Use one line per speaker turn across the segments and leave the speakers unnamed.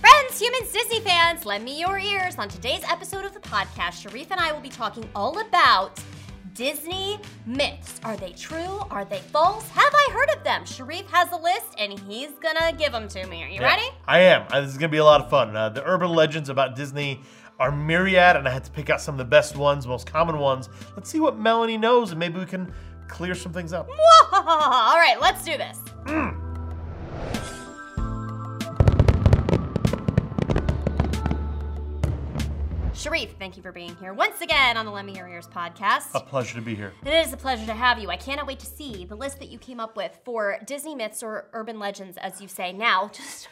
What's Humans, Disney fans? Lend me your ears. On today's episode of the podcast, Sharif and I will be talking all about Disney myths. Are they true? Are they false? Have I heard of them? Sharif has a list and he's gonna give them to me. Are you
Yeah,
ready?
I am. Uh, this is going to be a lot of fun. Uh, the urban legends about Disney are myriad, and I had to pick out some of the best ones, most common ones. Let's see what Melanie knows, and maybe we can clear some things up.
all right, let's do this. Sharif, thank you for being here once again on the Lend Me Your Ears podcast.
A pleasure to be here.
It is a pleasure to have you. I cannot wait to see the list that you came up with for Disney myths or urban legends, as you say now. Just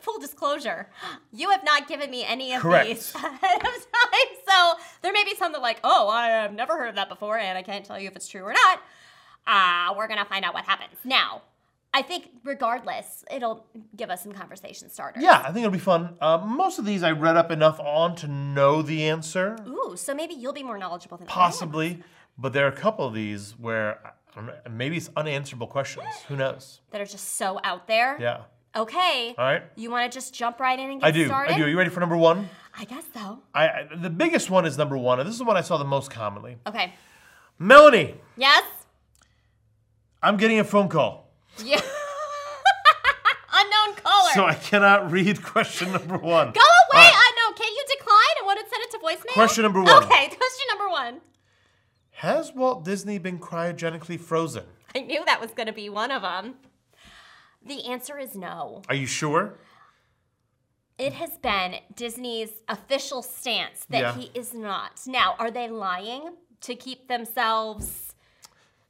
full disclosure, you have not given me any of
Correct.
these ahead of time. So there may be some that, like, oh, I have never heard of that before, and I can't tell you if it's true or not. Ah, we're gonna find out what happens now. I think, regardless, it'll give us some conversation starters.
Yeah, I think it'll be fun. Uh, most of these I read up enough on to know the answer,
Ooh, so maybe you'll be more knowledgeable than I am.
possibly, but there are a couple of these where I don't know, maybe it's unanswerable questions. Who knows?
that are just so out there.
Yeah.
Okay.
All right.
You want to just jump right in and get
I do.
started?
I do. Are you ready for number one?
I guess so.
I, I the biggest one is number one, and this is the one I saw the most commonly.
Okay.
Melanie,
Yes.
I'm getting a phone call.
Yeah. unknown caller.
So I cannot read question number one.
Go away,
All right.
unknown. Can't you decline and want to send it to voicemail?
Question number one.
Okay, question number one.
Has Walt Disney been cryogenically frozen?
I knew that was going to be one of them. The answer is no.
Are you sure?
It has been Disney's official stance that
Yeah.
he is not. Now, are they lying to keep themselves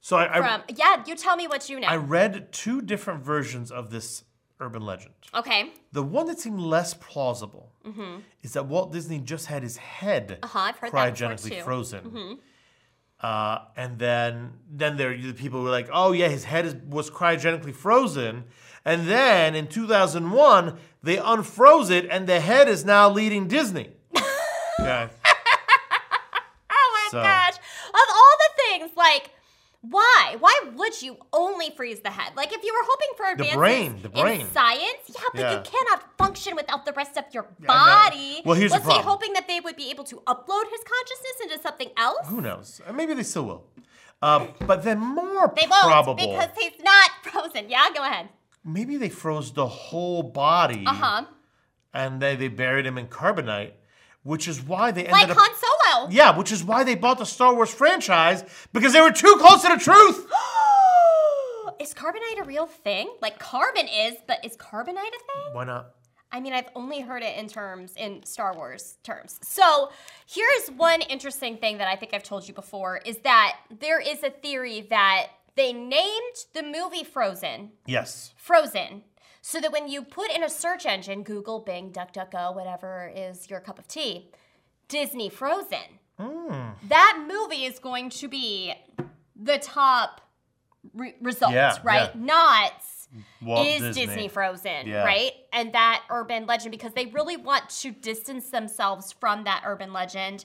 So I, I,
from. Yeah, you tell me what you know.
I read two different versions of this urban legend.
okay.
The one that seemed less plausible is that Walt Disney just had his head
Mm-hmm. Uh-huh, I've heard that before,
cryogenically
too. Mm-hmm.
frozen. Uh, and then, then there are the people who are like, "Oh yeah, his head is, was cryogenically frozen." And then in 2001, they unfroze it, and the head is now leading Disney. yeah,
Oh my
So-
gosh. Of all the things, like, why? Why would you only freeze the head? Like, if you were hoping for advances
brain, the
in
brain.
science, yeah, but you
Yeah.
cannot function without the rest of your
I know.
body.
Well, here's the
Was he
problem.
hoping that they would be able to upload his consciousness into something else?
who knows? Uh, Maybe they still will. Uh, but then more
They won't
probable,
because he's not frozen. Yeah, go ahead.
maybe they froze the whole body.
Uh huh.
and they, they buried him in carbonite, which is why they
Like
ended up.
Han Solo.
yeah, which is why they bought the Star Wars franchise because they were too close to the truth.
Is carbonite a real thing? Like carbon is, but is carbonite a thing?
Why not?
I mean, I've only heard it in terms, in Star Wars terms. So here's one interesting thing that I think I've told you before is that there is a theory that they named the movie Frozen,
Yes.
Frozen, so that when you put in a search engine, Google, Bing, DuckDuckGo, whatever is your cup of tea, Disney Frozen,
Hmm.
that movie is going to be the top re- result,
Yeah,
right?
yeah.
Not
Walt
is Disney, Frozen,
Yeah.
right? And that urban legend because they really want to distance themselves from that urban legend.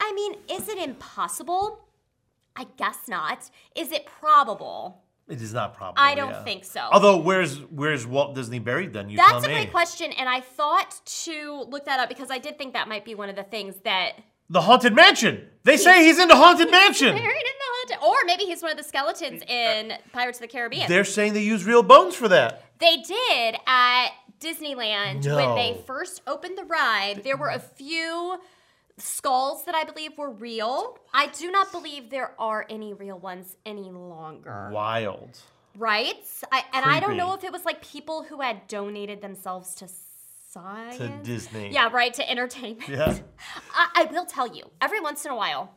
I mean, is it impossible? I guess not. Is it probable?
It is not probable.
I don't
yeah.
think so.
Although, where's where's Walt Disney buried then? You tell
That's
me.
a great question, and I thought to look that up because I did think that might be one of the things that
The Haunted Mansion. They say he's in the Haunted Mansion.
buried in the haunted, or maybe he's one of the skeletons
Hmm.
in Pirates of the Caribbean.
They're saying they use real bones for that.
They did at Disneyland when
No.
they first opened the ride. There were a few skulls that I believe were real. I do not believe there are any real ones any longer.
Wild.
Right? I, and I don't
Creepy.
know if it was like people who had donated themselves to science.
To Disney.
Yeah, right, to entertainment.
Yeah.
I, I will tell you, every once in a while,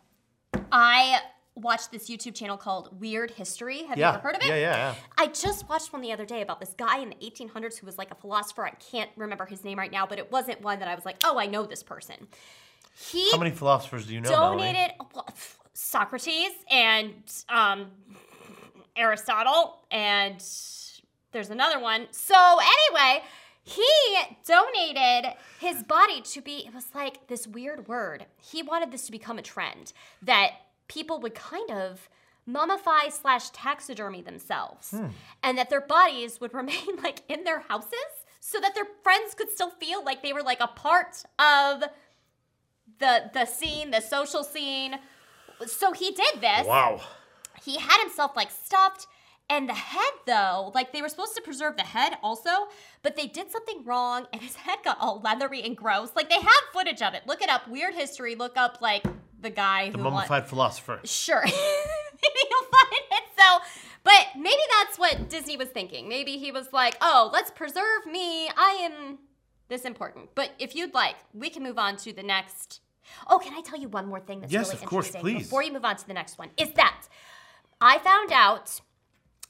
I watch this YouTube channel called Weird History. Have you
Yeah.
ever heard of it?
Yeah. Yeah.
I just watched one the other day about this guy in the 1800s who was like a philosopher. I can't remember his name right now, but it wasn't one that I was like, oh, I know this person. He
How many philosophers do you know? Melanie?
donated well, pff, Socrates and um, Aristotle, and there's another one. So, anyway, he donated his body to be, it was like this weird word. He wanted this to become a trend that people would kind of mummify slash taxidermy themselves and that their bodies would remain like in their houses so that their friends could still feel like they were like a part of the the scene, the social scene. So he did this.
Wow.
He had himself like stuffed and the head though, like they were supposed to preserve the head also, but they did something wrong and his head got all leathery and gross. Like they have footage of it. Look it up. Weird history. Look up like the guy
The
who won-
mummified philosopher.
Sure. maybe you'll find it. So, but maybe that's what Disney was thinking. Maybe he was like, oh, let's preserve me. I am this important. But if you'd like, we can move on to the next. Oh, can I tell you one more thing that's
Yes,
really
of course,
interesting
please.
before you move on to the next one? Is that I found out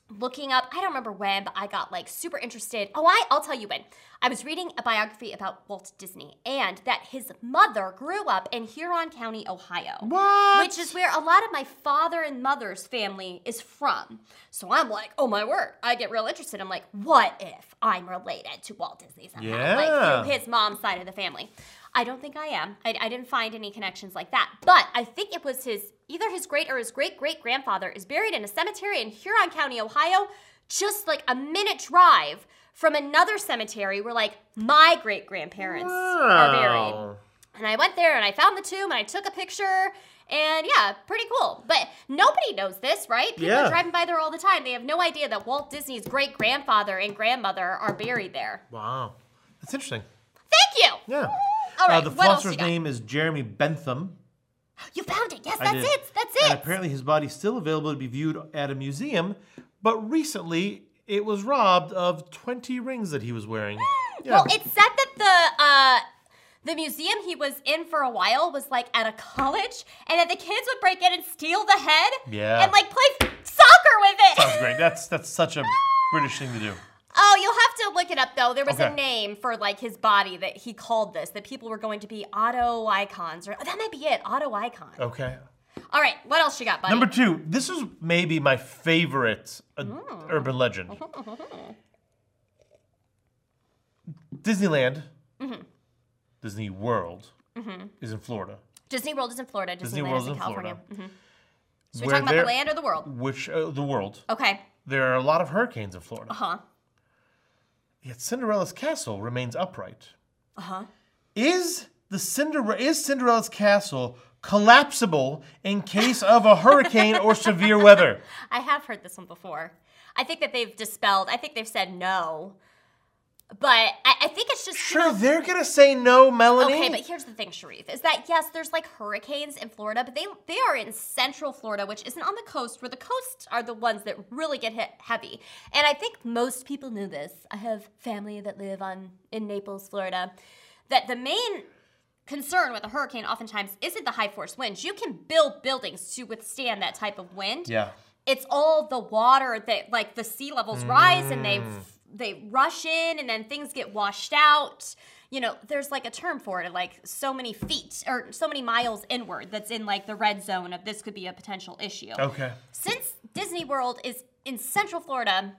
looking up, I don't remember when, but I got like super interested. Oh, I, I'll tell you when. I was reading a biography about Walt Disney and that his mother grew up in Huron County, Ohio.
What?
Which is where a lot of my father and mother's family is from. So I'm like, oh my word. I get real interested. I'm like, what if I'm related to Walt Disney somehow?
Yeah.
Like through his mom's side of the family. I don't think I am. I, I didn't find any connections like that. But I think it was his either his great or his great great grandfather is buried in a cemetery in Huron County, Ohio, just like a minute drive from another cemetery where like my great grandparents are buried.
Wow.
And I went there and I found the tomb and I took a picture. And yeah, pretty cool. But nobody knows this, right? People
Yeah.
are driving by there all the time. They have no idea that Walt Disney's great grandfather and grandmother are buried there.
Wow. That's interesting.
Thank you.
Yeah.
All right.
uh, the
what else
philosopher's
you got?
name is Jeremy Bentham.
You found it. Yes,
I
that's
did.
it. That's
And
it.
apparently, his body's still available to be viewed at a museum, but recently it was robbed of 20 rings that he was wearing. Yeah.
Well, it said that the uh, the museum he was in for a while was like at a college, and that the kids would break in and steal the head.
Yeah.
And like play soccer with it.
Sounds great. That's that's such a British thing to do.
Oh, you'll have to look it up though. There was
Okay.
a name for like his body that he called this that people were going to be auto icons or oh, that might be it, auto icon.
Okay.
All right, what else you got, buddy?
Oh. Number two. This is maybe my favorite uh,
Hmm.
urban legend. Disneyland,
Mm-hmm.
Disney World, is in Florida.
Disney World is in Florida.
Disney
Mm-hmm. Disneyland
World
is in California. Mm-hmm.
Florida.
So we're talking about the land or the world?
Which uh, the world?
Okay.
There are a lot of hurricanes in Florida.
Uh huh.
Yet Cinderella's castle remains upright.
Uh huh.
Is the Cinder- is Cinderella's castle collapsible in case of a hurricane or severe weather?
I have heard this one before. I think that they've dispelled. I think they've said no. But I, I think it's just you
Sure, they're gonna say no, Melanie.
Okay, but here's the thing, Sharif, is that yes, there's like hurricanes in Florida, but they they are in central Florida, which isn't on the coast, where the coasts are the ones that really get hit heavy. And I think most people knew this. I have family that live on in Naples, Florida, that the main concern with a hurricane oftentimes isn't the high force winds. You can build buildings to withstand that type of wind
yeah,
it's all the water that like the sea levels rise and they they rush in and then things get washed out you know there's like a term for it like so many feet or so many miles inward that's in like the red zone of this could be a potential issue
okay.
since disney world is in central florida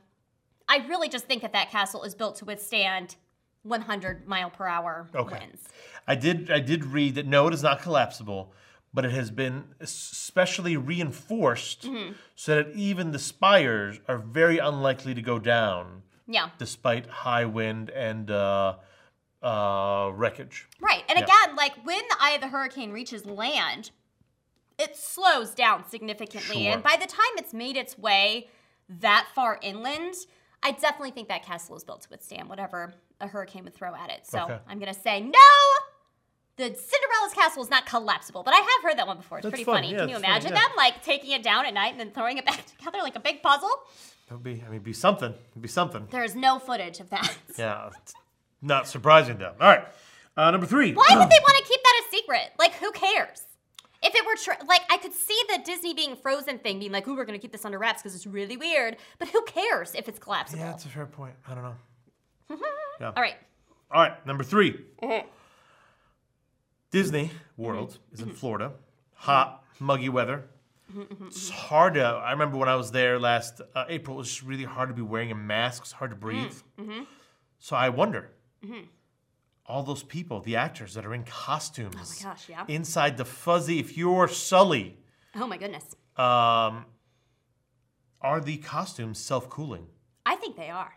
i really just think that that castle is built to withstand 100 mile per hour
Okay.
winds
I did I did read that no, it is not collapsible, but it has been specially reinforced
Mm-hmm.
so that even the spires are very unlikely to go down
yeah
despite high wind and uh, uh, wreckage.
Right. And
Yeah.
again, like when the eye of the hurricane reaches land, it slows down significantly.
Sure.
And by the time it's made its way that far inland, I definitely think that castle is built to withstand whatever a hurricane would throw at it. So
Okay.
I'm going to say no. The Cinderella's castle is not collapsible, but I have heard that one before. It's
That's
pretty
fun.
funny.
Yeah,
Can you
it's fun,
imagine
yeah.
them like taking it down at night and then throwing it back together like a big puzzle?
That would be I mean it'd be something. It'd be something.
There is no footage of that.
Yeah, it's not surprising though. All right, uh, number three.
Why would they want to keep that a secret? Like, who cares? If it were tr- like, I could see the Disney being frozen thing being like, "Ooh, we're gonna keep this under wraps because it's really weird." But who cares if it's collapsible?
Yeah, that's a fair point. I don't know.
All right.
All right, number three.
Mm-hmm.
Disney World is
Mm-hmm.
in Florida. Hot, muggy weather. It's
mm-hmm.
hard to. I remember when I was there last uh, April, it was just really hard to be wearing a mask. It's hard to
Mm-hmm,
breathe. So I wonder all those people, the actors that are in costumes.
Oh my gosh, yeah.
Inside the fuzzy, if you're Sully,
Oh my goodness.
um, are the costumes self cooling?
I think they are.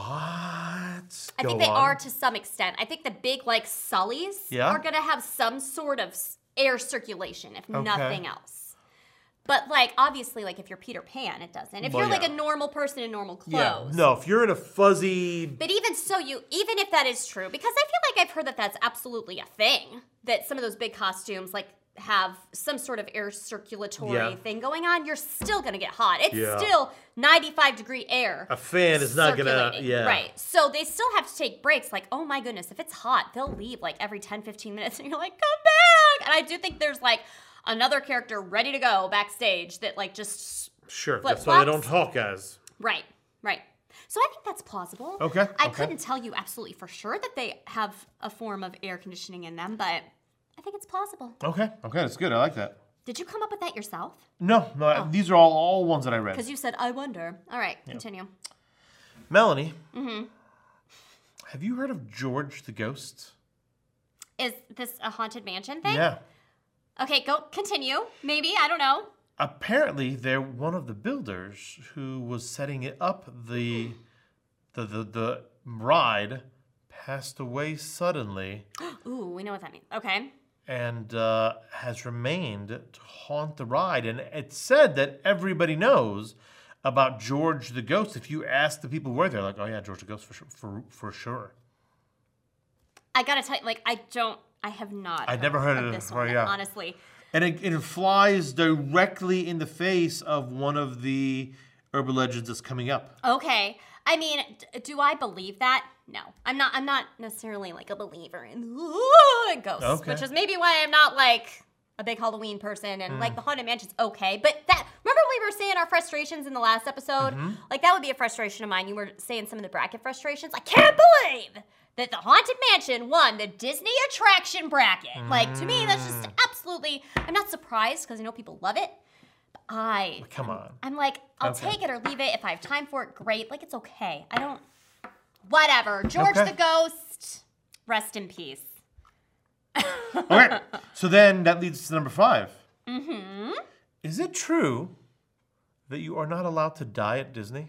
What?
I
Go
think they
on.
are to some extent. I think the big like Sullys
Yeah.
are gonna have some sort of s- air circulation, if nothing else. But like obviously, like if you're Peter Pan, it doesn't. If
Well,
you're like
Oh, yeah.
a normal person in normal clothes.
Yeah. No, if you're in a fuzzy.
But even so, you even if that is true, because I feel like I've heard that that's absolutely a thing. That some of those big costumes like have some sort of air circulatory
Yeah.
thing going on. You're still gonna get hot. It's
Yeah.
still 95 degree air.
A fan is not gonna.
circulating.
Yeah.
Right. So they still have to take breaks. Like, oh my goodness, if it's hot, they'll leave like every 10, 15 minutes and you're like, come back. And I do think there's like another character ready to go backstage that like just,
Sure. that's why they don't
Flip-flops.
talk as.
right, right. So I think that's plausible.
Okay,
I
okay.
couldn't tell you absolutely for sure that they have a form of air conditioning in them, but I think it's plausible.
Okay. Okay, that's good. I like that.
Did you come up with that yourself?
No, no, I- these are all, all ones that I read.
Because Oh. you said, I wonder. All right, continue.
Melanie. Mm-hmm. Have you heard of George the Ghost?
Is this a haunted mansion thing?
Yeah.
Okay, go continue. Maybe, I don't know.
Apparently, they're one of the builders who was setting it up. The, the, the, the ride passed away suddenly
Ooh, we know what that means. Okay.
and uh, has remained to haunt the ride. And it's said that everybody knows about George the Ghost. If you ask the people where they're like, oh yeah, George the Ghost for sure, for, for sure.
I gotta tell you, like, I don't, I have not.
I'd never heard
of
of it
this
before,
one,
yeah.
honestly.
And it, it flies directly in the face of one of the urban legends that's coming up.
Okay. I mean, d- do I believe that? No, I'm not. I'm not necessarily like a believer in ooh, ghosts,
Okay.
which is maybe why I'm not like a big Halloween person and like the haunted mansion's okay. But that remember we were saying our frustrations in the last episode, like that would be a frustration of mine. You were saying some of the bracket frustrations. I can't believe that the haunted mansion won the Disney attraction bracket. Like to me, that's just absolutely. I'm not surprised because I know people love it. But I
Come on.
I'm like, I'll
Okay.
take it or leave it. If I have time for it, great. Like, it's okay. I don't. Whatever. George
Okay.
the Ghost, rest in peace.
Okay. so then that leads to number 5 Mm-hmm. Is it true that you are not allowed to die at Disney?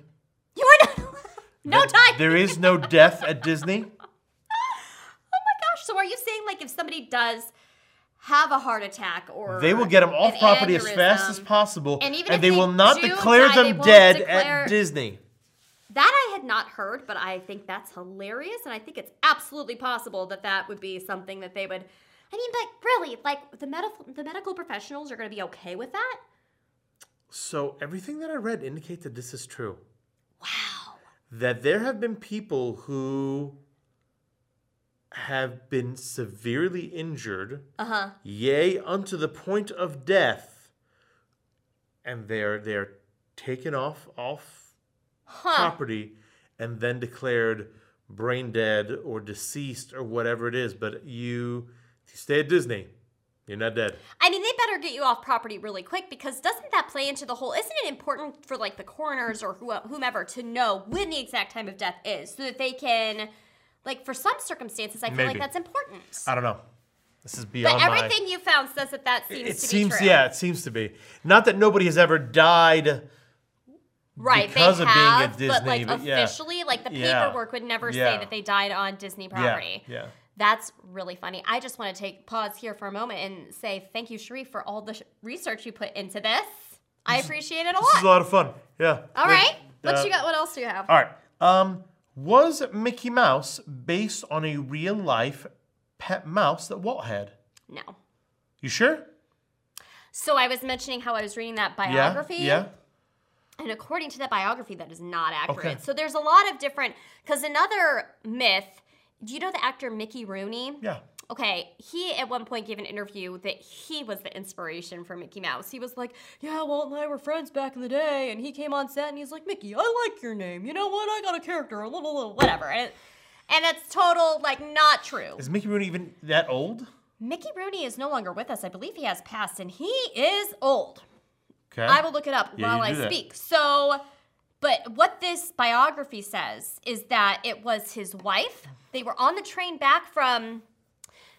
You are not. no
That
time.
There is no death at Disney.
Oh my gosh. So, are you saying, like, if somebody does have a heart attack or.
They will get them off
an
property as fast as
aneurysm,
possible,
And even if
they
they
will not
do
declare
die, they
them
won't
dead
declare-
at Disney.
That I had not heard, but I think that's hilarious, and I think it's absolutely possible that that would be something that they would. I mean, but really, like the medical the medical professionals are going to be okay with that.
So everything that I read indicates that this is true.
Wow.
that there have been people who have been severely injured,
Uh huh.
yea, unto the point of death, and they're they're taken off off
Huh.
property and then declared brain dead or deceased or whatever it is. But you, if you stay at Disney, you're not dead.
I mean, they better get you off property really quick because doesn't that play into the whole? Isn't it important for like the coroners or who- whomever to know when the exact time of death is so that they can, like, for some circumstances, I feel like
Maybe.
that's important.
I don't know. This is beyond
But
my-
everything you found says that that seems
It
to
seems,
be true.
yeah, it seems to be. Not that nobody has ever died.
right.
because
they
of being at
have, but
Disney,
like
but yeah.
officially, like the
Yeah.
paperwork would never
Yeah.
say that they died on Disney property.
Yeah, yeah.
That's really funny. I just want to take pause here for a moment and say thank you, Sharif, for all the sh- research you put into this. I appreciate it a
This
lot.
is a lot of fun. Yeah.
All right. What
uh,
you got? What else do you have?
All right. Um, was Mickey Mouse based on a real life pet mouse that Walt had?
no.
You sure?
So I was mentioning how I was reading that biography.
Yeah.
And according to that biography, that is not accurate.
Okay.
So there's a lot of different. Because another myth. Do you know the actor Mickey Rooney?
Yeah.
Okay, he at one point gave an interview that he was the inspiration for Mickey Mouse. He was like, Yeah, Walt and I were friends back in the day. And he came on set and he's like, Mickey, I like your name. You know what? I got a character, a little, little, whatever. And, and that's total, like, not true.
Is Mickey Rooney even that old?
Mickey Rooney is no longer with us. I believe he has passed, and he is old.
Okay.
I will look it up
Yeah, you
while I
do that.
speak. So, but what this biography says is that it was his wife. They were on the train back from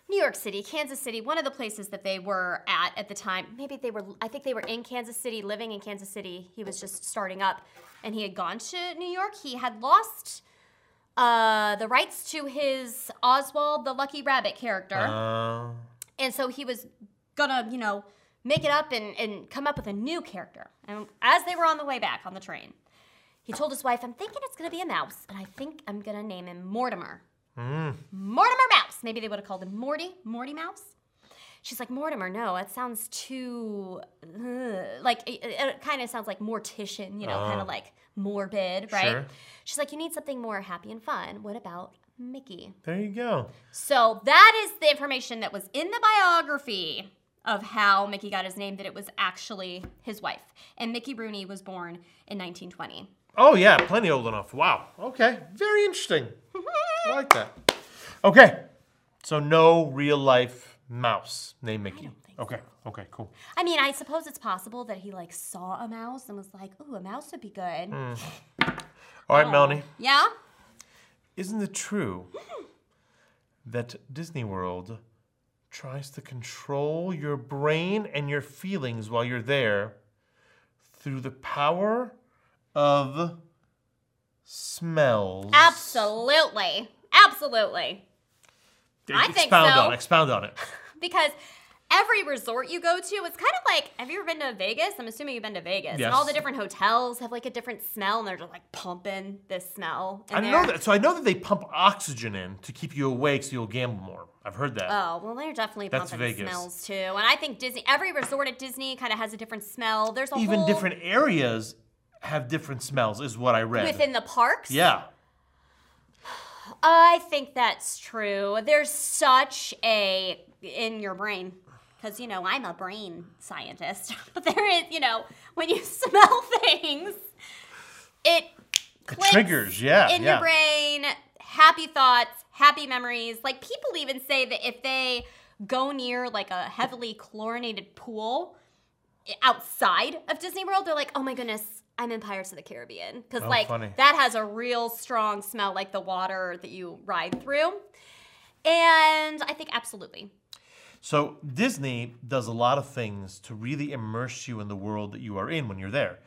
New York City, Kansas City, one of the places that they were at at the time. Maybe they were, I think they were in Kansas City, living in Kansas City. He was just starting up and he had gone to New York. He had lost uh, the rights to his Oswald the Lucky Rabbit character.
Uh,
and so he was gonna, you know, make it up and, and come up with a new character. And as they were on the way back on the train, he told his wife, I'm thinking it's gonna be a mouse, and I think I'm gonna name him Mortimer. Mortimer Mouse. Maybe they would have called him Morty, Morty Mouse. She's like, Mortimer, no, that sounds too, ugh." like, it, kind of sounds like mortician, you know, kind of like morbid, right?
Sure.
She's like, you need something more happy and fun. What about Mickey?
there you go.
So that is the information that was in the biography of how Mickey got his name, that it was actually his wife. And Mickey Rooney was born in 1920.
Oh yeah, plenty old enough. Wow. Okay. Very interesting. I like that. Okay. So no real life mouse named Mickey. okay. Okay. Cool.
I mean, I suppose it's possible that he like saw a mouse and was like, ooh, a mouse would be good.
Hmm. All
Oh.
right, Melanie.
Yeah?
Isn't it true that Disney World tries to control your brain and your feelings while you're there through the power of smells?
Absolutely. Absolutely. I think
expound
so.
on. Expound on it.
because every resort you go to, it's kind of like have you ever been to Vegas? I'm assuming you've been to Vegas. And all
Yes.
the different hotels have like a different smell and they're just like pumping this smell. In
I know
there.
that. So I know that they pump oxygen in to keep you awake so you'll gamble more. I've heard that.
Oh, well, they're definitely
That's
pumping
Vegas.
smells too. And I think Disney, every resort at Disney kind of has a different smell. There's a
Even
whole,
different areas have different smells, is what I read.
Within the parks?
yeah.
I think that's true. There's such a in your brain because you know I'm a brain scientist, but there is you know when you smell things, it clicks
triggers, yeah,
in
yeah.
your brain. Happy thoughts, happy memories. Like people even say that if they go near like a heavily chlorinated pool outside of Disney World, they're like, oh my goodness. I'm in Pirates of the Caribbean because,
Oh,
like,
funny.
that has a real strong smell, like the water that you ride through. And I think absolutely.
So Disney does a lot of things to really immerse you in the world that you are in when you're there.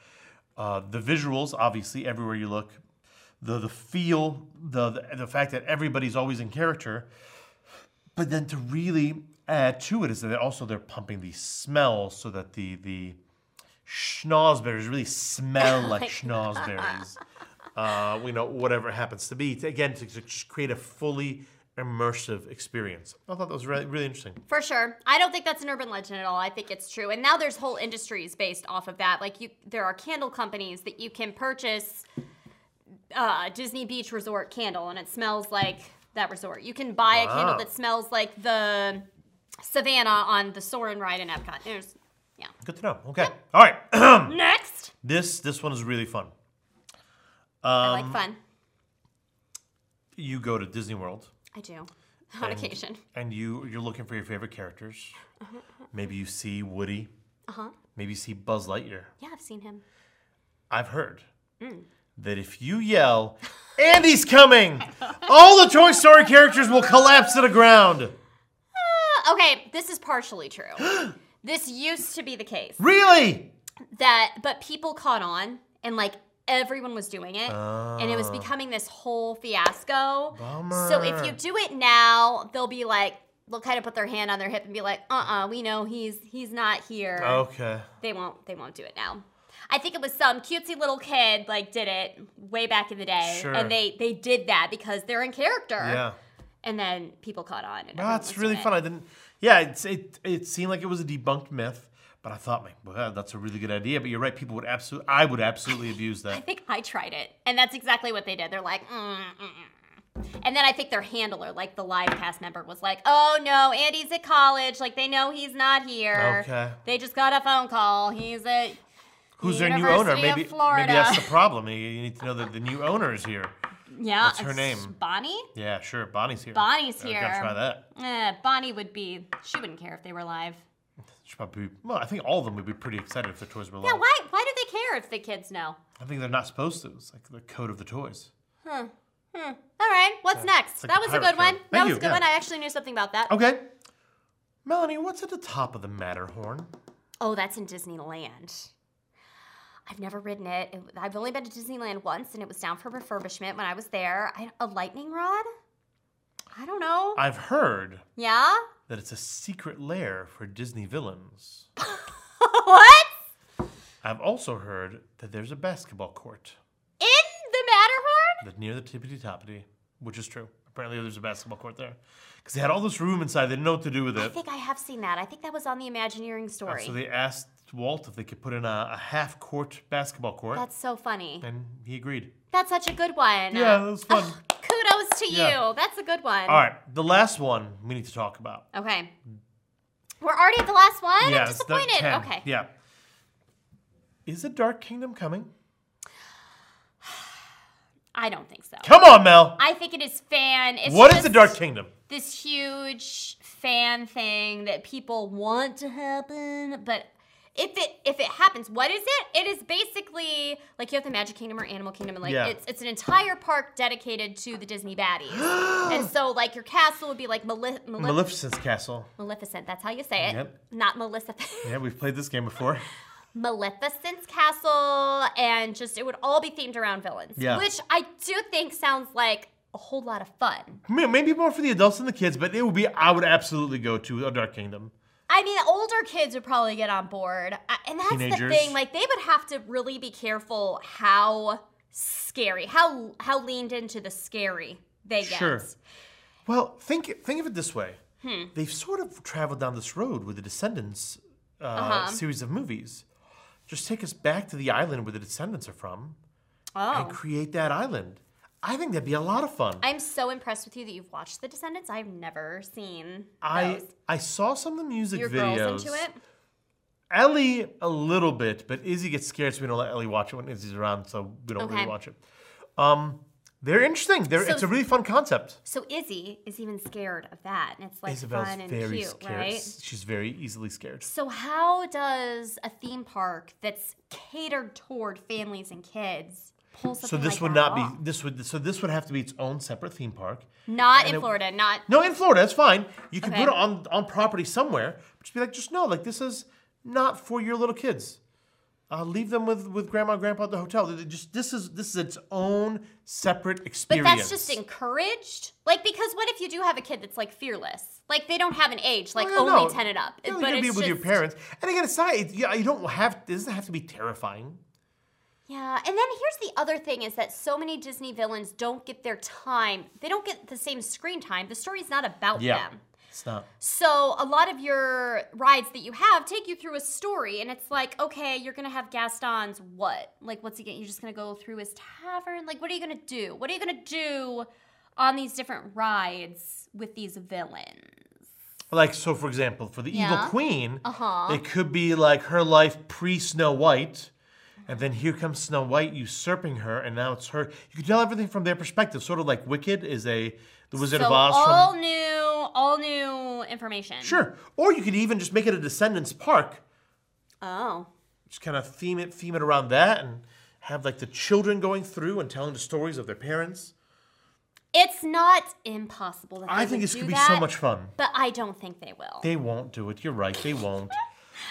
Uh, the visuals, obviously, everywhere you look. The the feel, the, the the fact that everybody's always in character. But then to really add to it is that also they're pumping the smells so that the the schnozberries really smell like schnozberries. Uh, you know, whatever it happens to be. To, again, to, to just create a fully immersive experience. I thought that was really, really interesting.
For sure. I don't think that's an urban legend at all. I think it's true. And now there's whole industries based off of that. Like you there are candle companies that you can purchase uh, Disney Beach Resort candle and it smells like that resort. You can buy a
Wow.
candle that smells like the Savannah on the Soarin' ride in Epcot. There's yeah.
Good to know. Okay. All right.
Next.
this this one is really fun.
I
Um,
like fun.
You go to Disney World
I do. On
and-
occasion.
and you you're looking for your favorite characters.
Uh-huh.
Maybe you see Woody.
Uh huh.
Maybe you see Buzz Lightyear.
Yeah, I've seen him.
I've heard
Mm.
that if you yell, "Andy's coming!" all the Toy Story characters will collapse to the ground.
Uh, okay, this is partially true. this used to be the case
Really?
that, but people caught on and like everyone was doing it, and it was becoming this whole fiasco. So if you
Ah. Bummer.
do it now, they'll be like, they'll kind of put their hand on their hip and be like, "Uh, uh we know he's he's not here."
Okay.
They won't they won't do it now. I think it was some cutesy little kid like did it way back in the day,
Sure.
and they they did that because they're in character.
Yeah.
And then people caught on. And everyone was
That's really
doing it.
fun. I didn't. Yeah, it's, it it seemed like it was a debunked myth, but I thought, like, well, that's a really good idea. But you're right. People would absolutely. I would absolutely abuse
I
that.
think I tried it, and that's exactly what they did. They're like, mm, mm, mm. and then I think their handler, like the live cast member, was like, "Oh no, Andy's at college. Like they know he's not here.
Okay.
They just got a phone call. He's at
Who's
the
their new owner?
University of
Maybe maybe
Florida.
that's the problem. You- You need to know that the new owner is here.
yeah.
What's her
it's
name?
Bonnie.
Yeah, sure. Bonnie's here.
Bonnie's
I gotta
here.
try that.
Eh, Bonnie would be. She wouldn't care if they were live.
Should probably. Well, I think all of them would be pretty excited if the toys were.
Yeah.
live.
Why? Why do they care if the kids know?
I think they're not supposed to. It's like the code of the toys.
Hmm. All right. What's next?
like
that
the
was a
pirate
good one.
code. Thank
That
you,
was a good
yeah.
one. I actually knew something about that.
Okay. Melanie, what's at the top of the Matterhorn?
Oh, that's in Disneyland. I've never ridden it. It- I've only been to Disneyland once, and it was down for refurbishment when I was there. I, a lightning rod? I don't know.
I've heard
yeah?
that it's a secret lair for Disney villains.
what?
I've also heard that there's a basketball court
In the Matterhorn?
that near the tippity toppity, which is true. Apparently, there's a basketball court there because they had all this room inside. They didn't know what to do with
I
it,
think I have seen that. I think that was on the Imagineering story.
Uh, so they asked Walt if they could put in a, a half court basketball court,
That's so funny.
and he agreed.
That's such a good one. Uh,
Yeah, that was fun.
Kudos to
Yeah.
you. That's a good one.
All right, the last one we need to talk about.
Okay. We're already at the last one? I'm
Yes, the
disappointed.
10.
Okay.
Yeah. Is the Dark Kingdom coming?
I don't think so.
Come on, Mel.
I think it is fan. It's
What is
just
the Dark Kingdom?
This huge fan thing that people want to happen, but if it if it happens, what is it? It is basically like you have the Magic Kingdom or Animal Kingdom, and like
Yeah.
it's it's an entire park dedicated to the Disney baddies, and so like your castle would be like Mali- Malif-
Maleficent's Castle.
Maleficent. That's how you say it,
Yep.
not Maleficent.
Yeah, we've played this game before.
Maleficent's castle, and just it would all be themed around villains,
Yeah.
which I do think sounds like a whole lot of fun.
May- Maybe more for the adults than the kids, but it would be. I would absolutely go to a Dark Kingdom.
I mean, older kids would probably get on board, I- and that's the
Teenagers.
thing. Like, they would have to really be careful how scary, how how leaned into the scary they get.
Sure. Well, think think of it this way.
Hmm.
They've sort of traveled down this road with the Descendants uh,
Uh-huh.
series of movies. Just take us back to the island where the Descendants are from and
Oh,
create that island. I think that'd be a lot of fun.
I'm so impressed with you that you've watched The Descendants. I've never seen
I
those.
I saw some of the music
Your
videos.
girls into it?
Ellie a little bit, but Izzy gets scared, so we don't let Ellie watch it when Izzy's around, so we don't
Okay.
really watch it. Um, they're interesting. They're,
So-
it's a really fun concept.
So Izzy is even scared of that, and it's like
Isabel's
fun and
very
cute,
scared.
right?
She's very easily scared.
So how does a theme park that's catered toward families and kids pull
So
something
this
like
would
that
not
off?
be this would so this would have to be its own separate theme park.
not in
it-
Florida, not
No, in Florida, that's fine. You can
Okay.
put it on on property somewhere. But just be like, just no, like this is not for your little kids. Uh, leave them with with grandma and grandpa at the hotel. They- they Just this is this is its own separate
But
experience.
that's just encouraged. Like, because what if you do have a kid that's like fearless? Like, they don't have an age, like
Oh,
only
yeah, no.
10 and up.
You know,
but
you can
it's
be with your
just-
parents. And again, it's not. It, yeah, you don't have. It doesn't have to be terrifying.
Yeah. And then here's the other thing is that so many Disney villains don't get their time, they don't get the same screen time. The story's not about them.
it's not.
So, a lot of your rides that you have take you through a story, and it's like, okay, you're gonna have Gaston's what? Like, what's he gonna? You're just gonna go through his tavern? Like, what are you gonna do? What are you gonna do on these different rides with these villains?
Like so, for example, for the
Yeah.
Evil Queen,
Uh-huh.
it could be like her life pre Snow White, and then here comes Snow White usurping her, and now it's her. You can tell everything from their perspective, sort of like Wicked is a the Wizard
so
of Oz.
all
from,
new, all new information.
sure, or you could even just make it a Descendants Park,
Oh,
just kind of theme it theme it around that, and have like the children going through and telling the stories of their parents.
it's not impossible. That
I
they
think
would
this
do
could be
that,
so much fun.
But I don't think they will.
They won't do it. You're right. They won't.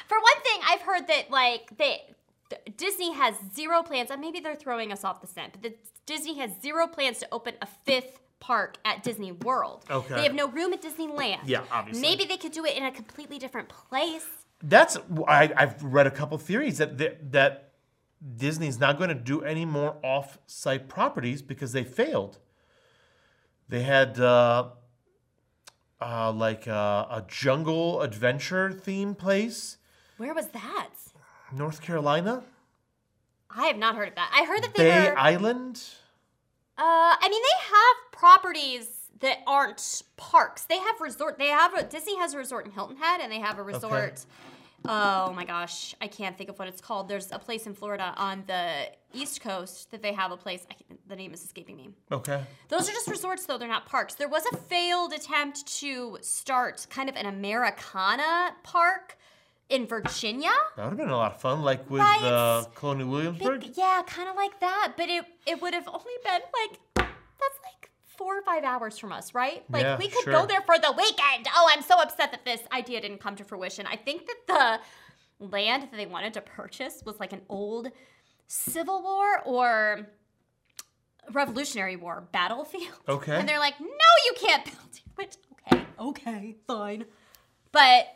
For one thing, I've heard that like they. th- Disney has zero plans, and maybe they're throwing us off the scent, but the, Disney has zero plans to open a fifth park at Disney World.
Okay.
They have no room at Disneyland.
Yeah, obviously.
Maybe they could do it in a completely different place.
That's I, I've read a couple theories that that, that Disney's not going to do any more off-site properties because they failed. They had uh, uh, like uh, a jungle adventure theme place,
Where was that?
North Carolina,
I have not heard of that. I heard that they
Bay
were.
Island.
Uh, I mean, they have properties that aren't parks. They have resort. They have a, Disney has a resort in Hilton Head, and they have a resort. Oh my gosh, I can't think of what it's called. There's a place in Florida on the East Coast that they have a place. I can't, the name is escaping me.
Okay.
Those are just resorts, though. They're not parks. There was a failed attempt to start kind of an Americana park in Virginia.
That would have been a lot of fun, like with
Right.
uh, Colonial
Big-
Williamsburg.
yeah, kind of like that, but it it would have only been like that's like four or five hours from us, right? Like
Yeah,
we could
sure.
go there for the weekend. Oh, I'm so upset that this idea didn't come to fruition. I think that the land that they wanted to purchase was like an old Civil War or Revolutionary War battlefield.
Okay.
And they're like, no, you can't build it. Which, okay, okay, fine. But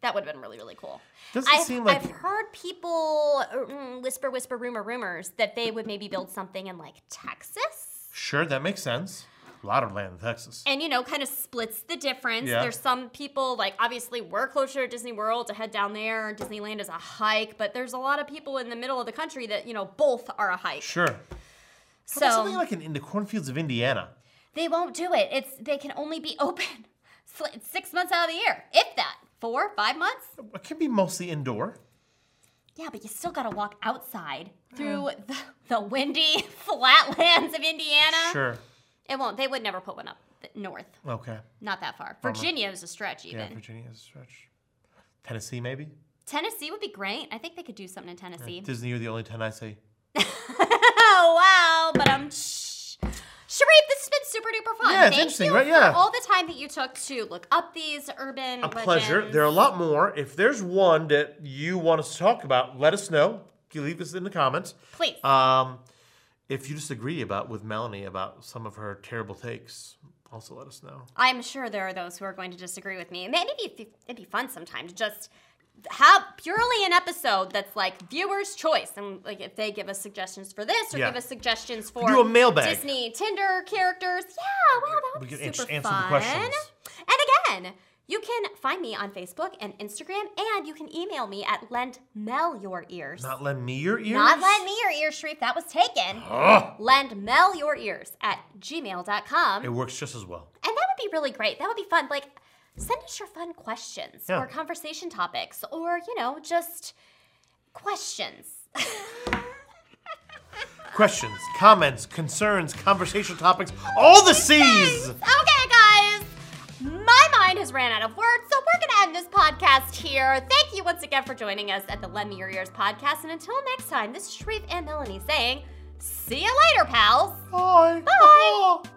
that would have been really, really cool.
Doesn't
I've,
seem like-
I've heard people mm, whisper, whisper, rumor, rumors that they would maybe build something in like Texas.
Sure, that makes sense. A lot of land in Texas.
and you know kind of splits the difference
Yeah.
there's some people like obviously we're closer to disney world to head down there disneyland is a hike but there's a lot of people in the middle of the country that you know both are a hike
Sure. How about
so
something like in, in the cornfields of Indiana.
they won't do it it's they can only be open sl- six months out of the year if that four five months
It can be mostly indoor.
yeah but you still gotta walk outside through the, the windy flatlands of indiana
Sure.
it won't they would never put one up th- north
Okay.
not that far virginia is a stretch even
Yeah, Virginia is a stretch. Tennessee, maybe?
tennessee would be great i think they could do something in tennessee
Disney, you're the only 10 I see.
oh wow, but I'm shh. Sharif, this has been super duper fun.
Yeah, it's
Thank
interesting,
you
right?
for
Yeah.
all the time that you took to look up these urban
A pleasure.
legends.
There are a lot more. If there's one that you want us to talk about, let us know. You leave us in the comments.
Please.
Um, if you disagree about with Melanie about some of her terrible takes, also let us know.
I'm sure there are those who are going to disagree with me. And maybe it'd be, it'd be fun sometime to just have purely an episode that's like viewer's choice. And like if they give us suggestions for this or
Yeah.
give us suggestions for
do a mailbag.
Disney Tinder characters. Yeah, wow, that
We
would be
can ans-
super
answer the
fun.
questions.
And again, you can find me on Facebook and Instagram, and you can email me at lend Mel your ears.
Not lend me your ears.
Not lend me your ears, Sharif. That was taken.
Ugh.
Lend Mel your ears at gmail.com.
It works just as well.
And that would be really great. That would be fun. Like, send us your fun questions
Yeah.
or conversation topics or, you know, just questions.
Questions, comments, concerns, conversation topics, all the C's.
Okay, guys. My mind has ran out of words, so we're going to end this podcast here. Thank you once again for joining us at the Lend Me Your Ears podcast. And until next time, this is Sharif and Melanie saying, see you later, pals.
Bye.
Bye.